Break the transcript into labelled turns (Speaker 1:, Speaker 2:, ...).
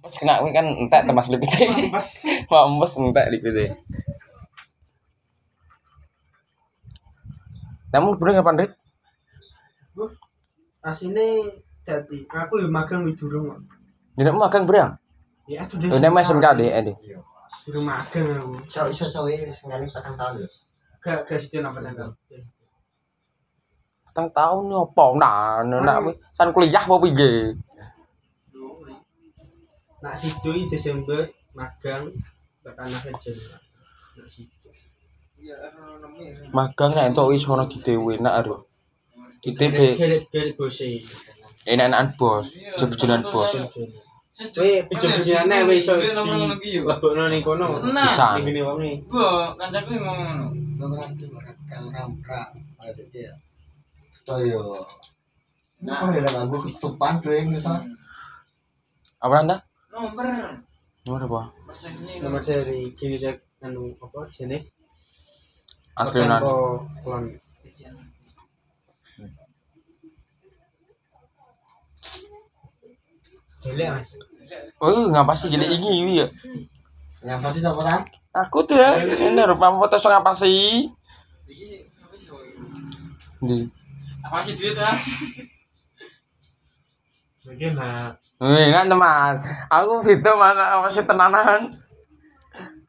Speaker 1: Pas kena kuwi kan entek temas lipite.
Speaker 2: Mampus.
Speaker 1: Mampus entek lipite. Namun bener kapan Rit?
Speaker 2: Asine dadi aku yo magang wis durung. kok.
Speaker 1: Dina magang berang.
Speaker 2: Ya aduh
Speaker 1: Dina mas SMK deh, eh, deh.
Speaker 2: Durung magang aku.
Speaker 3: So iso suwe wis ngene patang tahun lho.
Speaker 2: Gak gak sido nang penang.
Speaker 1: Tang tahun yo opo nah, nak kuwi san kuliah apa piye?
Speaker 2: Nak sido i Desember magang tekan akhir Januari. Nak sido.
Speaker 1: Magang nek entuk wis ngono di dhewe nak aduh. Di DB
Speaker 2: Gelet-gelet bose.
Speaker 1: enak-enakan bos, jebujulan bos.
Speaker 2: Weh, pijen-pijenane weh iso.
Speaker 4: Dia nomor ngono ki yo.
Speaker 2: Lebokno ning kono.
Speaker 4: Nah.
Speaker 1: Pisan.
Speaker 2: Ning ngene wonge.
Speaker 4: Gua kancaku yang ngomong ngono.
Speaker 3: Beneran ki makan kalram pra. Ada dia. Toyo. Nah, oh ya lagu ketupan tuh yang misal.
Speaker 1: Apa anda?
Speaker 4: Nomor.
Speaker 1: Nomor apa?
Speaker 4: Masa ini
Speaker 2: Nomor dari gini cek anu apa jenenge?
Speaker 1: Asli Yunan.
Speaker 2: Tempo Kulon. Jelek mas.
Speaker 1: Oh, ngapa sih jadi ini iki ya?
Speaker 3: Yang pasti siapa kan?
Speaker 1: Aku tuh ya, ini rumah foto so ngapa sih?
Speaker 4: Iki sampai sih.
Speaker 1: Di.
Speaker 4: Apa sih duit ah?
Speaker 2: Mungkin lah.
Speaker 1: Wih, kan teman. Aku video mana apa sih tenanan?